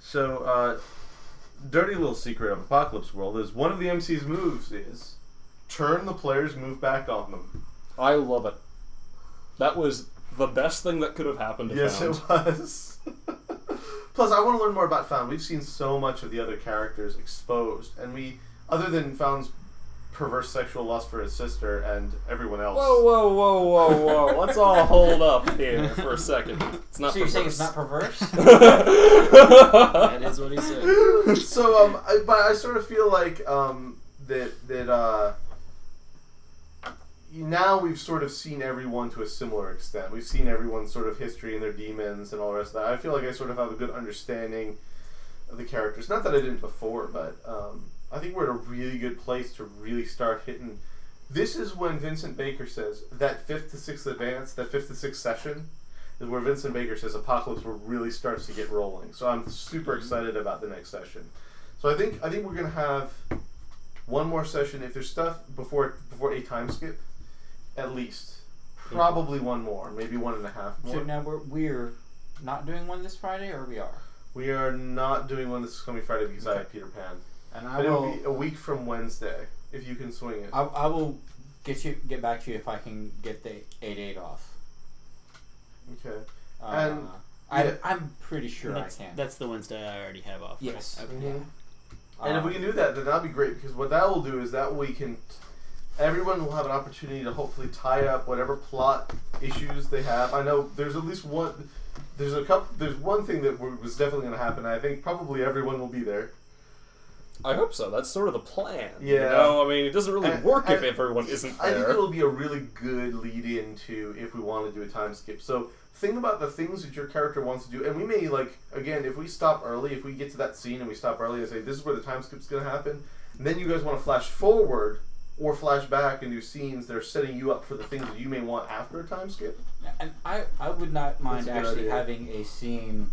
So, uh, dirty little secret of Apocalypse World is one of the MC's moves is turn the player's move back on them. I love it. That was the best thing that could have happened to Yes, Found. it was. Plus, I want to learn more about Found. We've seen so much of the other characters exposed, and we, other than Found's perverse sexual lust for his sister and everyone else. Whoa, whoa, whoa, whoa, whoa. Let's all hold up here for a second. It's not So you're saying it's not perverse. perverse? That is what he said. so um, I, but I sort of feel like um, that that uh, now we've sort of seen everyone to a similar extent. We've seen everyone's sort of history and their demons and all the rest of that. I feel like I sort of have a good understanding of the characters. Not that I didn't before, but um, I think we're at a really good place to really start hitting. This is when Vincent Baker says that fifth to sixth advance, that fifth to sixth session is where Vincent Baker says Apocalypse World really starts to get rolling. So I'm Mm-hmm. super excited about the next session. So I think I think we're gonna have one more session. If there's stuff before before a time skip, at least probably one more, maybe one and a half Mm-hmm. so more. now we're, we're not doing one this Friday, or we are? We are not doing one this coming Friday because I have Peter Pan. And But I it'll will, be a week from Wednesday if you can swing it. I, I will get you get back to you if I can get the 8-8 off. Okay. Uh, And- I, yeah. I'm pretty sure that's, I can. that's the Wednesday I already have off. Yes. Uh, Right? Okay. hmm And Um, if we can do that, then that'd be great because what that will do is that we can, everyone will have an opportunity to hopefully tie up whatever plot issues they have. I know there's at least one, there's a couple, there's one thing that w- was definitely going to happen. I think probably everyone will be there. I hope so. That's sort of the plan. You Yeah. know, I mean, it doesn't really And- work if and everyone isn't I think there. it'll be a really good lead into if we want to do a time skip. So think about the things that your character wants to do, and we may like again if we stop early, if we get to that scene and we stop early and say this is where the time skip's going to happen, and then you guys want to flash forward or flash back and do scenes that are setting you up for the things that you may want after a time skip. And I, I would not mind That's a good actually idea. having a scene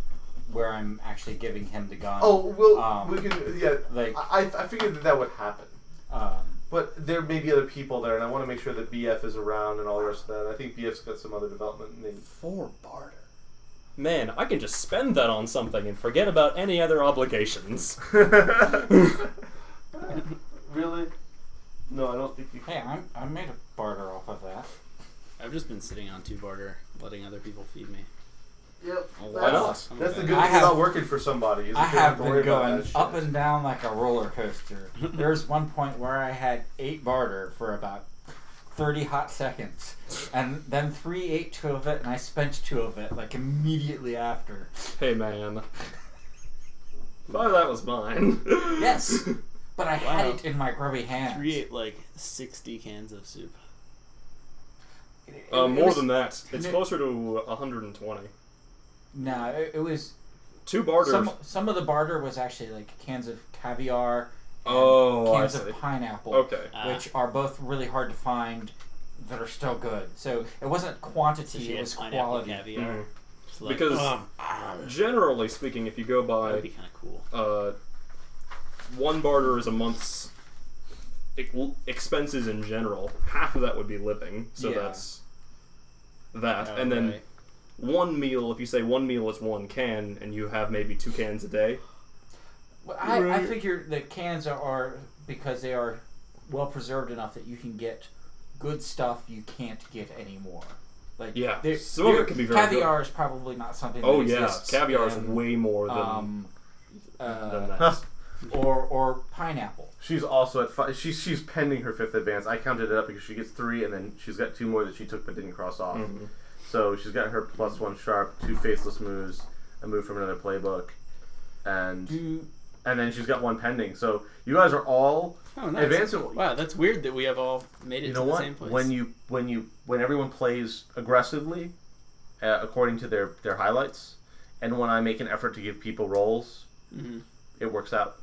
where I'm actually giving him the gun. Oh, well, Um, we can yeah. like- I I I figured that that would happen. Um, But there may be other people there, and I want to make sure that BF is around and all the rest of that. I think BF's got some other development needs. For barter. Man, I can just spend that on something and forget about any other obligations. really? No, I don't think you hey, I'm, I made a barter off of that. I've just been sitting on two barter, letting other people feed me. Yep. Why Why That's, not? not? that's the good I thing have- about working for somebody. Is I that you don't have to worry been about going that shit. up and down like a roller coaster. There's one point where I had eight barter for about 30 hot seconds, and then three ate two of it, and I spent two of it like immediately after. Hey, man. Why that was mine. Yes, but I had Wow. it in my grubby hands. We ate like 60 cans of soup. It- it- Uh, it more was- than that. It's it- closer to 120. No, it, it was Two barters. some. Some of the barter was actually like cans of caviar. and oh, I cans see. of pineapple. Okay. Ah. which are both really hard to find that are still good. So it wasn't quantity, she it had was pineapple quality. caviar. Mm. Mhm. It's like, Because um, ah, generally speaking, if you go by that'd be kind of cool. uh, one barter is a month's ex- expenses in general. Half of that would be living, so Yeah. that's that. and then Alright. one meal. If you say one meal is one can, and you have maybe two cans a day. Well, I, I Right. figure that cans are, are because they are well preserved enough that you can get good stuff you can't get anymore. Like Yeah, they're- some of they're- it can be very good. caviar is probably not something. Oh that yeah, exists caviar is in, way more than, um, than uh, that. or or pineapple. She's also at five. She's she's pending her fifth advance. I counted it up because she gets three, and then she's got two more that she took but didn't cross off. Mhm. So she's got her plus one sharp, two faceless moves, a move from another playbook, and Do and then she's got one pending. So you guys are all Oh, nice. Advance it- Wow, that's weird that we have all made it you to know the what? same place. When you when you when everyone plays aggressively, uh, according to their their highlights, and when I make an effort to give people roles, Mhm. it works out.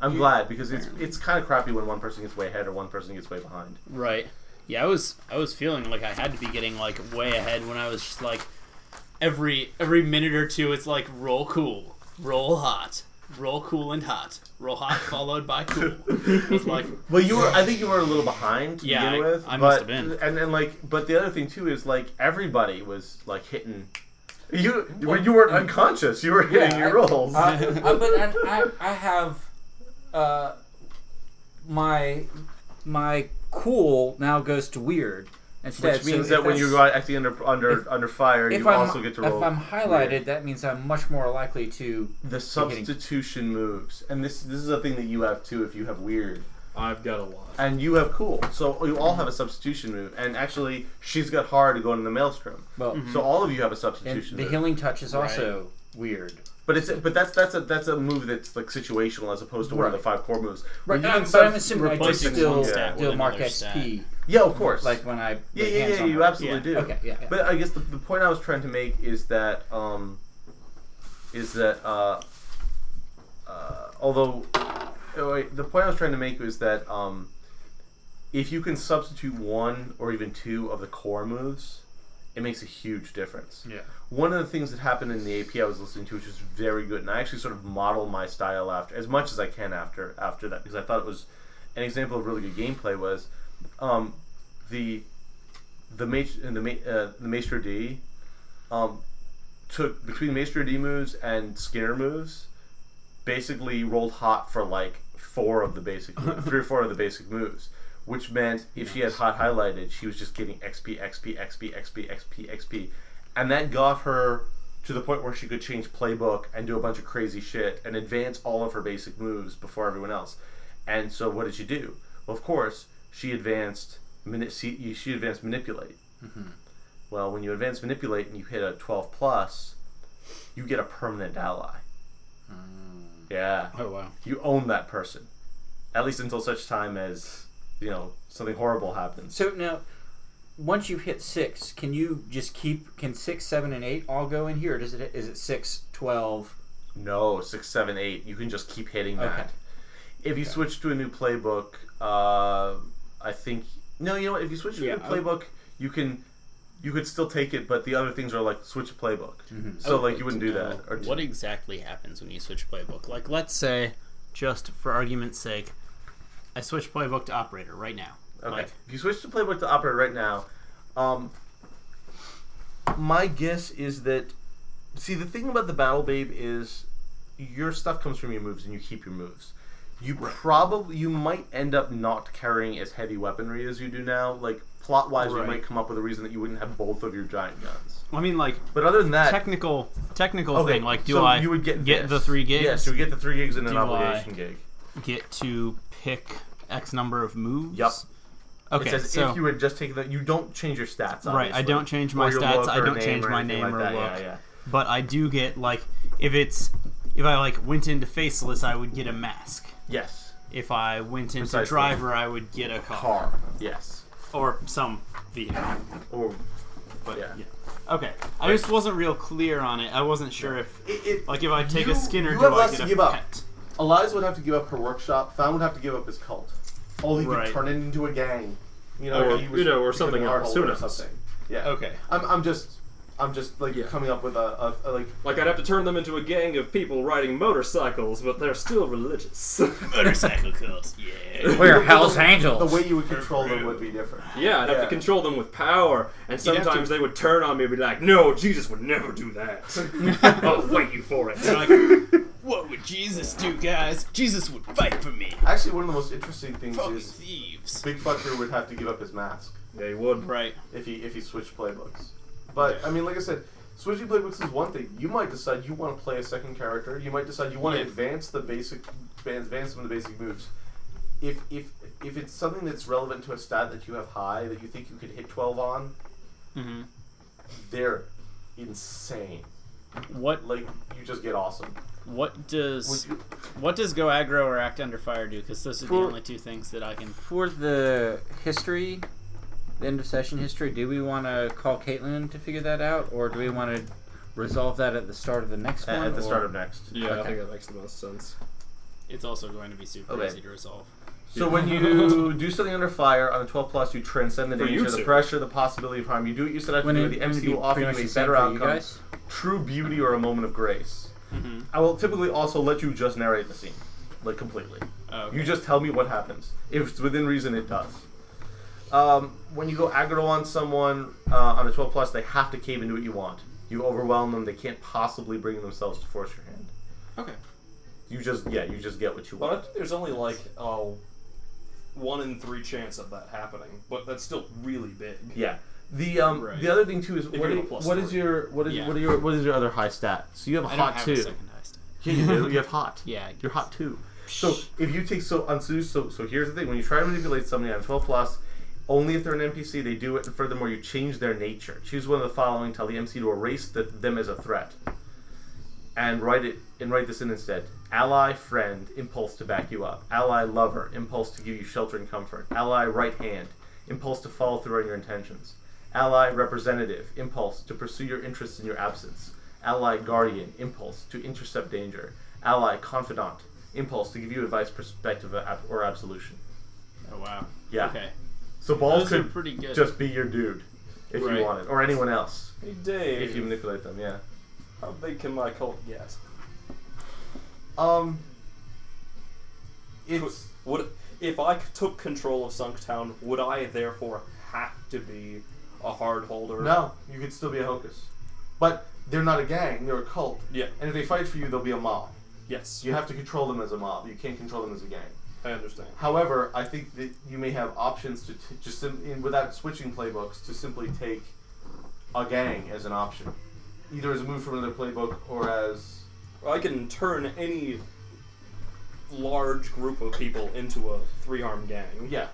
I'm You- glad because it's Apparently. it's kind of crappy when one person gets way ahead or one person gets way behind. Right. Yeah, I was I was feeling like I had to be getting like way ahead when I was just like every every minute or two it's like roll cool, roll hot, roll cool and hot, roll hot followed by cool. It was like Well, you were. I think you were a little behind to Yeah, begin I- with. I but, must have been. And then like, but the other thing too is like everybody was like hitting. You when you weren't unconscious, you were hitting um, Yeah, your I- rolls. Uh, uh, but and I, I have uh, my my cool now goes to weird instead. Which so means if that when that's- you're acting under under if- under fire, if you I'm, also get to roll. if I'm highlighted, that means I'm much more likely to. the substitution moves, and this this is a thing that you have too if you have weird, I've got a lot. and you have cool. So you all have a substitution move, and actually she's got hard to go into the maelstrom. Well, So all of you have a Hmm. and substitution the move. healing touch is also weird. but it's but that's that's a that's a move that's like situational as opposed to one of Right. the five core moves. When Right, you I'm, can but I'm subs- assuming I just replacing still one stat with still mark another XP, stat. yeah, of course. like when I yeah, lay yeah, hands yeah, on you her. absolutely do. Okay, yeah, yeah. But I guess the, the point I was trying to make is that um, is that uh, uh, although oh, wait, the point I was trying to make was that um, if you can substitute one or even two of the core moves, it makes a huge difference. Yeah. One of the things that happened in the AP I was listening to, which was very good, and I actually sort of model my style after as much as I can after after that because I thought it was an example of really good gameplay was um, the the mage and the ma- uh, the maestro D um, took between maestro D moves and Skinner moves, basically rolled hot for like four of the basic mo- three or four of the basic moves. Which meant if she had hot highlighted, she was just getting XP, XP, XP, XP, XP, XP, and that got her to the point where she could change playbook and do a bunch of crazy shit and advance all of her basic moves before everyone else. And so, what did she do? Well, of course, she advanced. Mani- she she advanced manipulate. Well, when you advance manipulate and you hit a twelve plus, you get a permanent ally. Yeah, Oh wow. you own that person, at least until such time as you know something horrible happens. So now, once you hit six, can you just keep? Can six, seven, and eight all go in here? Or does it? Is it six, twelve? No, six, seven, eight. You can just keep hitting that. Okay. If you switch to a new playbook, uh, I think no. You know what? If you switch to Yeah, a new I would- playbook, you can you could still take it, but the other things are like switch to playbook. Mm-hmm. So like you wouldn't do that. Or what exactly happens when you switch playbook? Like, let's say, just for argument's sake, I switch playbook to operator right now. Okay. Like, if you switch to playbook to operator right now, um, my guess is that. See, the thing about the battle babe is your stuff comes from your moves, and you keep your moves. You probably you might end up not carrying as heavy weaponry as you do now. Like plot wise, you Right. might come up with a reason that you wouldn't have both of your giant guns. I mean, like But other than that, technical technical okay, thing. Like, do so I you would get this. the three gigs? Yes, you would get the three gigs and an Do I- obligation gig. get to pick X number of moves. Yup. Okay, it says so if you had just taken the, you don't change your stats. Right, I obviously. don't change Or my your stats, look I or don't name change or my anything name like or that. look. Yeah, yeah. but I do get like if it's if I like went into faceless, I would get a mask. Yes. If I went into Precisely. driver, I would get a car, Car. Yes. or some vehicle. Or But Yeah. yeah. Okay, I just wasn't real clear on it. I wasn't sure if it, it, like if I take You- a Skinner, you do have I less get to a give up. pet? Eliza would have to give up her workshop. Fan would have to give up his cult. Only Right. could turn it into a gang. You know, Or, if he was- you know, or become something an else. art Who holder or knows? something. Yeah. Okay. I'm, I'm just, I'm just like Yeah. coming up with a, a, a like Like I'd have to turn them into a gang of people riding motorcycles, but they're still religious. Motorcycle cult. Yeah. We're the- Hell's the Angels. way you would control them would be different. yeah, I'd have Yeah. to control them with power, and You'd have sometimes to- they would turn on me and be like, "No, Jesus would never do that. I'll fight you for it." Like, what would Jesus do, guys? Jesus would fight for me. Actually, one of the most interesting things Fucking is thieves. Big Fucker would have to give up his mask. They would. Right. if he if he switched playbooks. But I mean, like I said, switching playbooks is one thing. You might decide you want to play a second character. You might decide you want to Yeah. advance the basic advance some of the basic moves. If if if it's something that's relevant to a stat that you have high that you think you could hit twelve on, Mm-hmm. they're insane. What Like you just get awesome. what Would does you- what does go aggro or act under fire do? Because those are For- the only two things that I can. For the history, the end of session history, do we want to call Caitlin to figure that out, or do we want to resolve that at the start of the next one? At, at the or- start of next. Yeah, I Okay. think that makes the most sense. It's also going to be super Okay. easy to resolve. So when you do something under fire on a 12 plus, you transcend the For danger, you the two. pressure, the possibility of harm. You do what you set out to When do. it, The when it'd MC be will offer you pretty much a the same better for outcome. You guys? true beauty or a moment of grace. Mm-hmm. I will typically also let you just narrate the scene, like completely. Oh, You just tell me what happens. If it's within reason, it does. Um, when you go aggro on someone uh, on a 12 plus, they have to cave into what you want. You You overwhelm them. They can't possibly bring themselves to force your hand. Okay. You just yeah, you just get what you But I want. think there's only like a one in three chance of that happening, but that's still really big. Yeah. The um Right. the other thing too is If what, you do- have a plus what is three. your what is Yeah. what are your what is your other high stat? So you have I hot don't have two. a second highest. Yeah, you do. You have hot. Yeah, I You're hot too. So if you take so on so so so here's the thing: when you try to manipulate somebody on 12 plus, only if they're an NPC they do it, and furthermore you change their nature. Choose one of the following: tell the MC to erase the, them as a threat, and write it and write this in instead: ally, friend, impulse to back you up; ally, lover, impulse to give you shelter and comfort; ally, right hand, impulse to follow through on your intentions; ally, representative, impulse to pursue your interests in your absence; ally, guardian, impulse to intercept danger; ally, confidant, impulse to give you advice, perspective, ab- or absolution. Oh wow. Yeah. Okay. So balls Those are could pretty good. just be your dude if Right. you wanted, or anyone else Hey Dave, if you manipulate them. Yeah. how big can my cult get? Um. Could- It's Would if I took control of Sunktown, would I therefore have to be a hard holder? no. You could still be a hocus, but they're not a gang. They're a cult. Yeah. And if they fight for you, they'll be a mob. Yes. You have to control them as a mob. You can't control them as a gang. I understand. However, I think that you may have options to t- just sim- in, without switching playbooks to simply take a gang as an option, either as a move from another playbook or as I can turn any large group of people into a three armed gang. Yeah,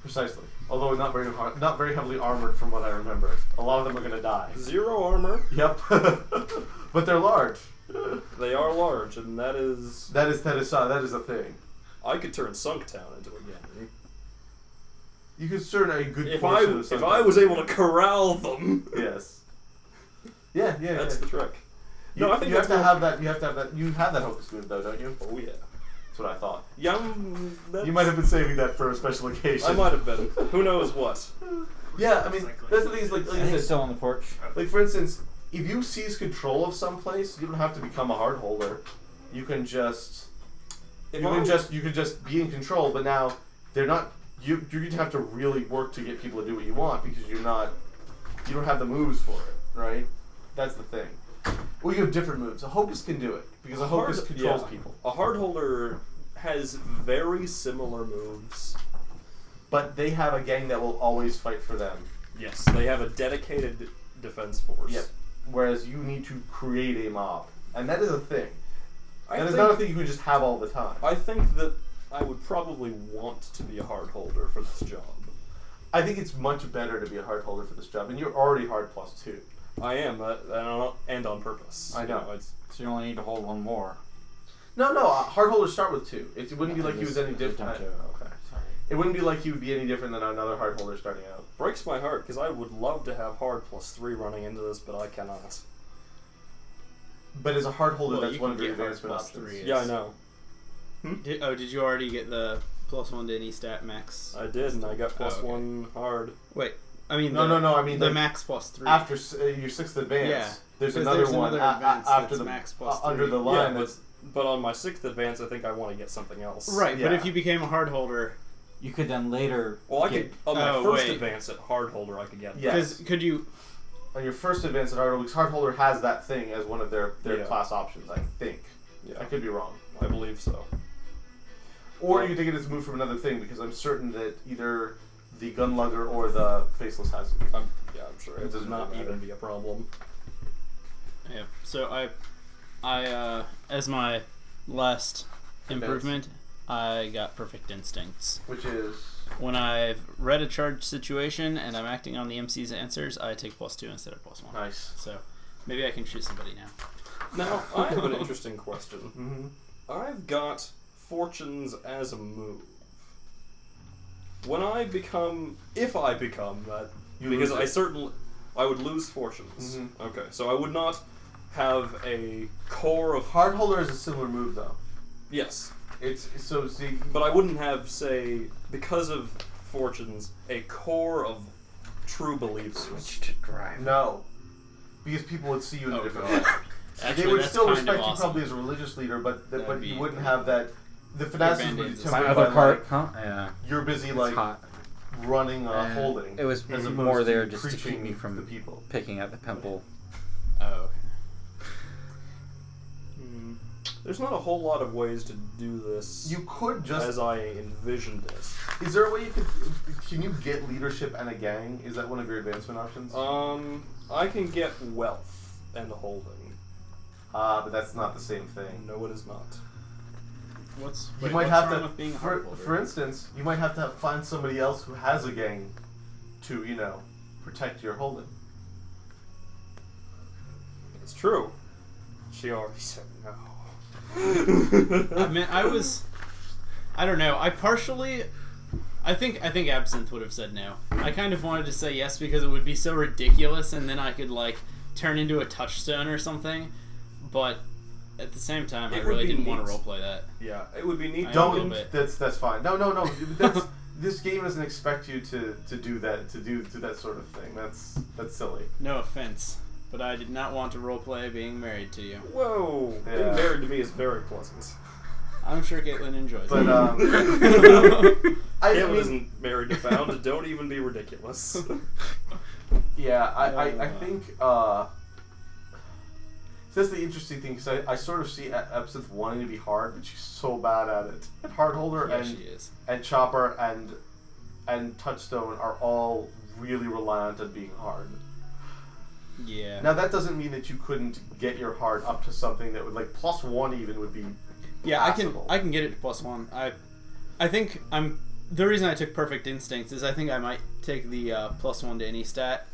precisely. Although not very har- not very heavily armored, from what I remember. A lot of them are going to die. Zero armor. Yep, but they're large. They are large, and that is That is that is uh, that is a thing. I could turn Sunktown into a gang. You could turn a good If I portion of if something. I was able to corral them, yes. Yeah, yeah, that's yeah. the trick. You, no, I think you have that's to more- have that. You have to have that. You have that hocus move though, don't you? Oh yeah, That's what I thought. young. That's, You might have been saving that for a special occasion. I might have been. Who knows what? Yeah, I mean, Exactly. that's the thing. Is like, like I I think said, it's still on the porch. Like for instance, if you seize control of some place, you don't have to become a hard holder. You can just If you I can just you can just be in control, but now they're not you you're gonna have to really work to get people to do what you want because you're not you don't have the moves for it, right? That's the thing. Well you have different moves. A hocus can do it, because a hocus controls yeah. people. A hard holder has very similar moves. But they have a gang that will always fight for them. Yes, they have a dedicated defense force. Yep. Whereas you need to create a mob. And that is a thing. I and think, it's not a thing you can just have all the time. I think that I would probably want to be a hard holder for this job. I think it's much better to be a hard holder for this job, and you're already hard plus two. I am, uh, and on- and on purpose. I You know. it's, So you only need to hold one more. No, no, uh, hard holders start with two. It, wouldn't be like he was any Just- different. don't you- Okay. Sorry. It wouldn't be like he would be any different than another hard holder starting out. breaks my heart because I would love to have hard plus three running into this, but I cannot. But as a hard holder, Well, that's you one can of your get hard advancement plus options. three. Yeah, I know. Did, oh, did you already get the plus one to any stat max? I did, and I got plus Oh, okay. one hard. Wait, I mean No, no, the, no. I mean, the like, max plus three. after s- uh, your sixth advance, Yeah. there's Because another there's one another a- a- advance after that's the max plus uh, under three. the line. yeah, but, that's, but on my sixth advance, I think I want to get something else. right, but yeah. if you became a hard holder, You could then later. Well, I get- could on my Oh, first wait. advance at hard holder, I could get. Yeah. because Yes. could you? on your first advance at hard holder, hard holder has that thing as one of their, their Yeah. class options. I think. I yeah, could be wrong. I believe so. Or you could take it as a move from another thing because I'm certain that either the gunlugger or the faceless has it. I'm, yeah, I'm sure It Um, it, does doesn't not really matter. even be a problem. Yeah. So I, I uh, as my last improvement, I got perfect instincts. which is When I've read a charged situation and I'm acting on the MC's answers, I take plus two instead of plus one. nice. So maybe I can shoot somebody now. Now, I have an interesting question. Mm-hmm. I've got fortunes as a move. When I become, if I become that, You because lose I it. certainly, I would lose fortunes. Mhm. Okay, so I would not have a core of Hard holder is a similar move though. yes, It's so see. but I wouldn't have say because of fortunes a core of true beliefs. to drive. No, because people would see you in a Oh, different God. light. Actually, they would that's still kind respect of you awesome. probably as a religious leader, but th- That'd but be- you wouldn't have that. The finesse would be Band-Aids is- My tempered other by, cart, like, huh? Yeah. you're busy It's like hot. running a Uh, holding. It was as opposed more to there just to keep preaching me from the people. picking up the pimple. Oh, okay. Hmm. There's not a whole lot of ways to do this You could just. as I envisioned this. is there a way you could? Can you get leadership and a gang? Is that one of your advancement options? Uh, Um, I can get wealth and holding. Ah, but that's not the same thing. No, it is not. What's You wait, might what's have wrong to, with being a for, heart holder? for instance, you might have to find somebody else who has a gang to, you know, protect your holding. It's true. She already said no. I mean, I was. I don't know. I partially. I think I think Absinthe would have said no. I kind of wanted to say yes because it would be so ridiculous, and then I could like turn into a touchstone or something. But at the same time, I It would really be didn't want to neat. roleplay that. Yeah, it would be neat. I am a Don't. little bit. That's that's fine. No, no, no. That's, this game doesn't expect you to, to do that to do do that sort of thing. That's that's silly. No offense, but I did not want to roleplay being married to you. Whoa! Yeah. Being married to me is very pleasant. I'm sure Caitlin enjoys But it. um, I, I Caitlin mean, isn't married to Found. Don't even be ridiculous. Yeah, I, I, I Uh. think uh, that's the interesting thing because I, I sort of see E- Epsith wanting to be hard, but she's so bad at it. And Hardholder yeah, and she is. and Chopper and and Touchstone are all really reliant on being hard. Yeah. Now that doesn't mean that you couldn't get your hard up to something that would like plus one even would be Yeah, I can possible. I can get it to plus one. I I think I'm the reason I took perfect instincts is I think I might take the uh, plus one to any stat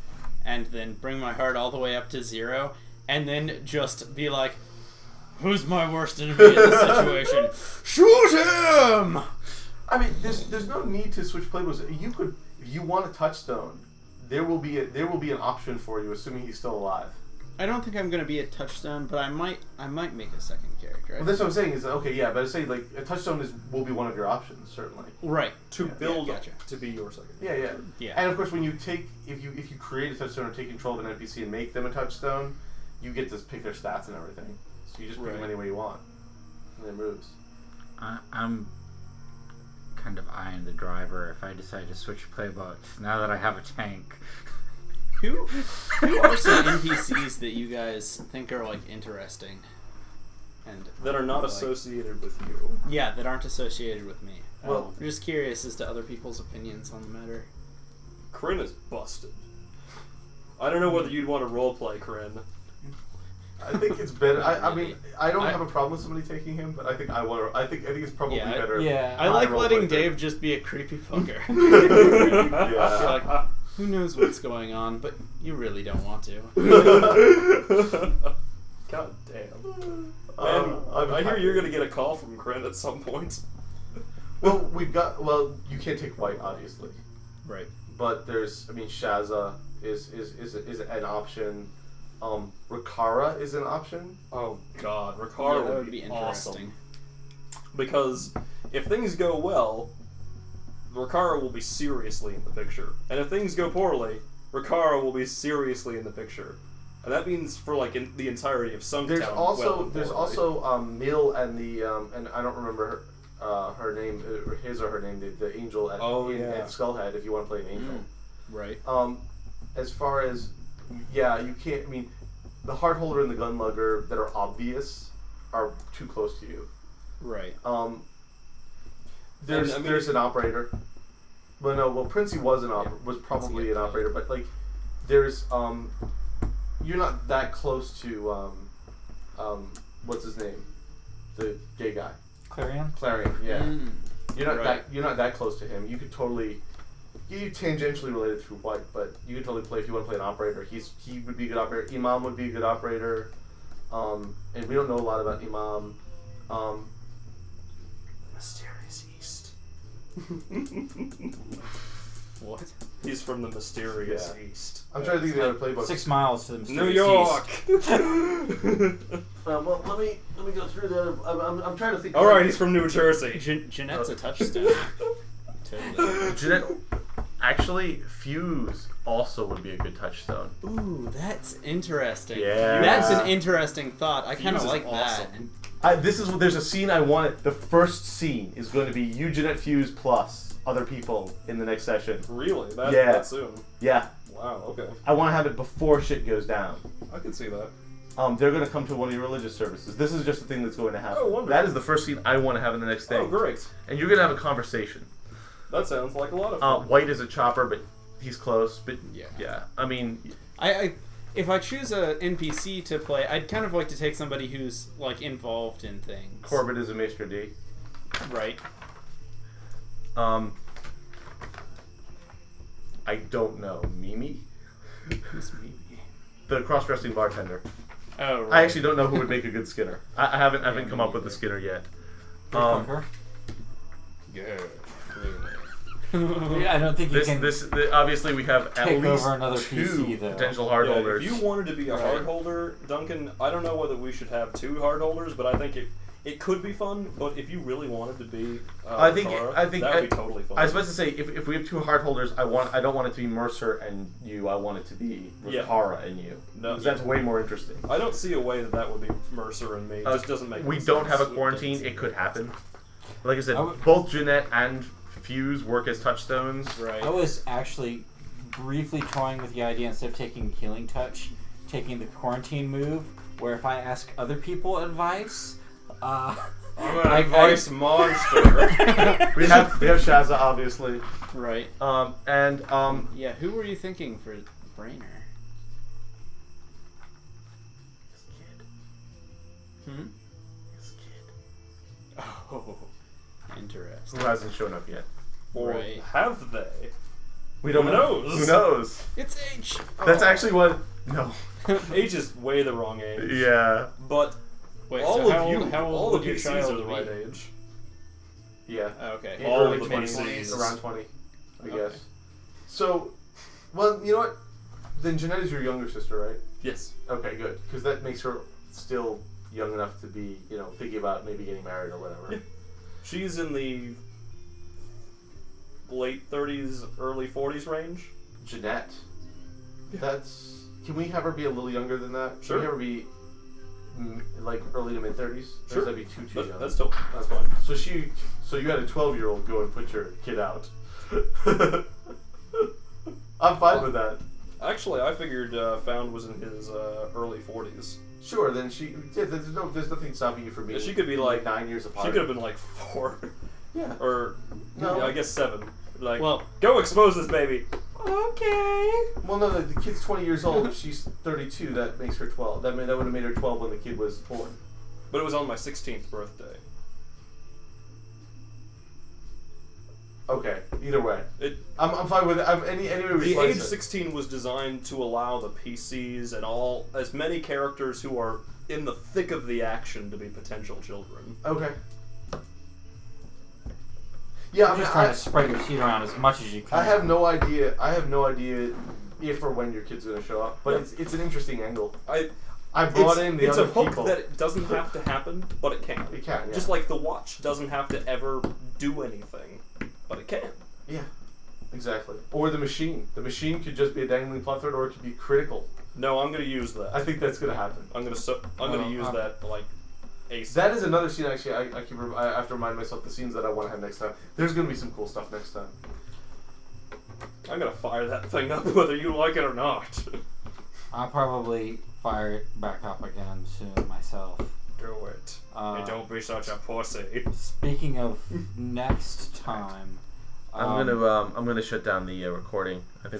and then bring my heart all the way up to zero and then just be like, who's my worst enemy in this situation? Shoot him! I mean, there's there's no need to switch playboys. You could if you want a Touchstone, there will be a, there will be an option for you, assuming he's still alive. I don't think I'm gonna be a touchstone, but I might I might make a second character. I Well, that's what I'm saying. Is that, okay, yeah, but I'm saying like a touchstone is will be one of your options certainly. think- right. to build gotcha. up to be your second. Yeah, yeah, Yeah. And of course, when you take if you if you create a touchstone or take control of an NPC and make them a touchstone, you get to pick their stats and everything. So you just pick them Right. any way you want, and it moves. I, I'm kind of eyeing the driver if I decide to switch playboats now that I have a tank. Who who are some NPCs that you guys think are like interesting? And That are not like- associated with you. Yeah, that aren't associated with me. Um, Well- I'm just curious as to other people's opinions on the matter. Corinne is busted. I don't know whether you'd want to roleplay Corinne. I think it's better. I, I mean, I don't I- have a problem with somebody taking him, but I think I want. to I think I think it's probably Yeah, I- better. Yeah. I like roll letting with it. Dave just be a creepy fucker. Yeah. Who knows what's going on, but you really don't want to. God damn. Man, Uh, I'm I hear happy. you're gonna get a call from Corinne at some point. Well, we've got. Well, you can't take white, obviously. Right. but there's I mean Shaza is is is, is an option. Um, Rikara is an option. Oh God, Ricard Yeah, that would, would be interesting. awesome because if things go well, Ricard will be seriously in the picture, and if things go poorly, Ricard will be seriously in the picture, and that means for like in, the entirety of some. There's town also well and there's poorly. also um, Mill and the um, and I don't remember her, uh, her name uh, or his or her name the, the angel at, Oh, in- yeah. Mm. at Skullhead if you want to play an angel. Right. Um, as far as yeah, you can't. I mean, the Heartholder and the Gunlugger that are obvious are too close to you. Right. Um, there's I mean- there's an operator. Well, no, well, Princey was an oper- was probably an operator, but like, there's um, you're not that close to um, um, what's his name, the gay guy, Clarion? Clarion. Yeah, Mm. you're not right. that you're not that close to him. You could totally. You you tangentially related through White, but you could totally play if you want to play an operator. He's he would be a good operator. Imam would be a good operator, um, and we don't know a lot about Imam. Um, mysterious east. What? He's from the mysterious Yeah. east. I'm trying to think of the other playbook. Six miles to the mysterious New east. York. Um, well, let me let me go through the. other- I'm, I'm, I'm trying to think. All right, he's from New Jersey. Jean- Jeanette's a touchstone. totally. Jeanette, actually, Fuse also would be a good touchstone. Ooh, that's interesting. Yeah. That's an interesting thought. I kind Fuse is of like awesome. I, this is there's a scene I wanted. The first scene is going to be you, Jeanette Fuse, plus other people in the next session. Really? That, Yeah. That soon? Yeah, Wow. Okay. I want to have it before shit goes down. I can see that. Oh, um, they're going to come to one of your religious services. This is just the thing that's going to happen. Oh, wonderful. That is the first scene I want to have in the next thing. Oh, great. And you're going to have a conversation. That sounds like a lot of Uh, fun. White is a chopper, but he's close. But Yeah. yeah. I mean, I, I if I choose a NPC to play, I'd kind of like to take somebody who's like involved in things. Corbett is a Maester D. Right. Um, I don't know. Mimi? Who's Mimi? The cross dressing bartender. Oh, right. I actually don't know who would make a good Skinner. I, I haven't I haven't come up with a Skinner yet. Um, yeah. clearly. Yeah, I don't think you this can. this the, obviously we have at Take least over another two PC though. potential Yeah, hardholders. if you wanted to be a Right. hard holder, Duncan, I don't know whether we should have two hard holders, but I think it it could be fun. But if you really wanted to be, uh, I think- Kara, I think that would be I- totally fun. I was about to say if, if we have two hardholders, I want I don't want it to be Mercer and you. I want it to be Yeah. Rikara and you. No. 'Cause that's way more interesting. I don't see a way that that would be Mercer and me. It Uh, just doesn't make. we any don't sense. have a quarantine. It could happen. Like I said, I would- both Jeanette and Fuse work as touchstones. Right. I was actually briefly toying with the idea instead of taking healing touch, taking the quarantine move, where if I ask other people advice, uh, I'm I- I- an advice monster. We have we have Shaza obviously, Right. um, and um, Yeah. Who were you thinking for brainer? Hmm. Oh, who interesting. hasn't shown up yet? or Right. have they? We don't Who know. knows? Who knows? It's H. Oh. That's actually what. No. Age is way the wrong age. Yeah. But Wait, all so of how you, old, how old all would of your you child are the be? right age. Yeah. Oh, okay. In All early of the 20s, twenties. around twenty, I Okay. guess. So, well, you know what? Then Jeanette is your younger sister, right? Yes. Okay, good, because that makes her still young enough to be, you know, thinking about maybe getting married or whatever. Yeah. She's in the late 30s, early 40s range. Jeanette. Yeah. That's. Can we have her be a little younger than that? Can Sure. we have her be mm, like early to mid thirties? Sure. That'd be too too That- young. that's still that's fine. so she. So you had a twelve year old go and put your kid out. I'm fine with that. Actually, I figured uh, Found was in his uh, early 40s. Sure. Then she. Yeah, there's no. There's nothing stopping you from being. she could be, like- nine years apart. She could have been like four, Yeah. or No. yeah, I guess seven. Like, Well, go expose this baby. okay. Well, no, the, the kid's 20 years old. If she's 32, that makes her 12. That may, that would have made her 12 when the kid was born. But it was on my 16th birthday. Okay. Either way, It, I'm, I'm fine with it. I'm, any anyway we the slice age it. 16 was designed to allow the PCs and all as many characters who are in the thick of the action to be potential children. Okay. Yeah, I I'm mean, just trying I, to spread your seed around as much as you can. I have no idea. I have no idea if or when your kid's gonna show up, but Yeah. it's it's an interesting angle. I I brought it's, in the it's other a hook people. that it doesn't have to happen, but it can. it can, yeah. Just like the watch doesn't have to ever do anything, but it can. yeah, exactly. Or the machine. The machine could just be a dangling plethora, or it could be critical. No, I'm gonna use that. I think that's gonna happen. I'm gonna so, I'm Oh, gonna use um, that like ace. That is another scene. Actually, I, I keep rem- I have to remind myself the scenes that I want to have next time. There's gonna be some cool stuff next time. I'm gonna fire that thing up whether you like it or not. I'll probably fire it back up again soon myself. do it. Uh, and don't be such a pussy. Speaking of next time, um, um I'm gonna shut down the uh, recording. I think